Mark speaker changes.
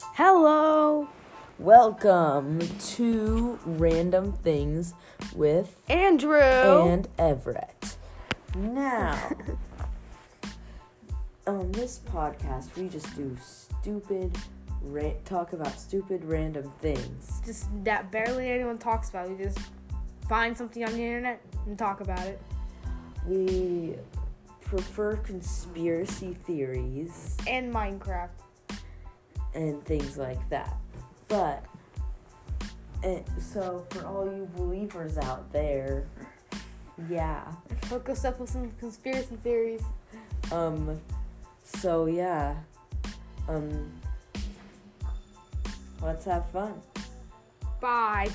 Speaker 1: Hello
Speaker 2: Welcome to Random Things with
Speaker 1: Andrew.
Speaker 2: and Everett. Now, on this podcast, we just do stupid, ra- talk about stupid random things.
Speaker 1: just that barely anyone talks about. We just find something on the internet and talk about it.
Speaker 2: We prefer conspiracy theories
Speaker 1: And Minecraft.
Speaker 2: and things like that. But, and so for all you believers out there, yeah.
Speaker 1: Hook us up with some conspiracy theories.
Speaker 2: Um, so yeah. Um, let's have fun.
Speaker 1: Bye.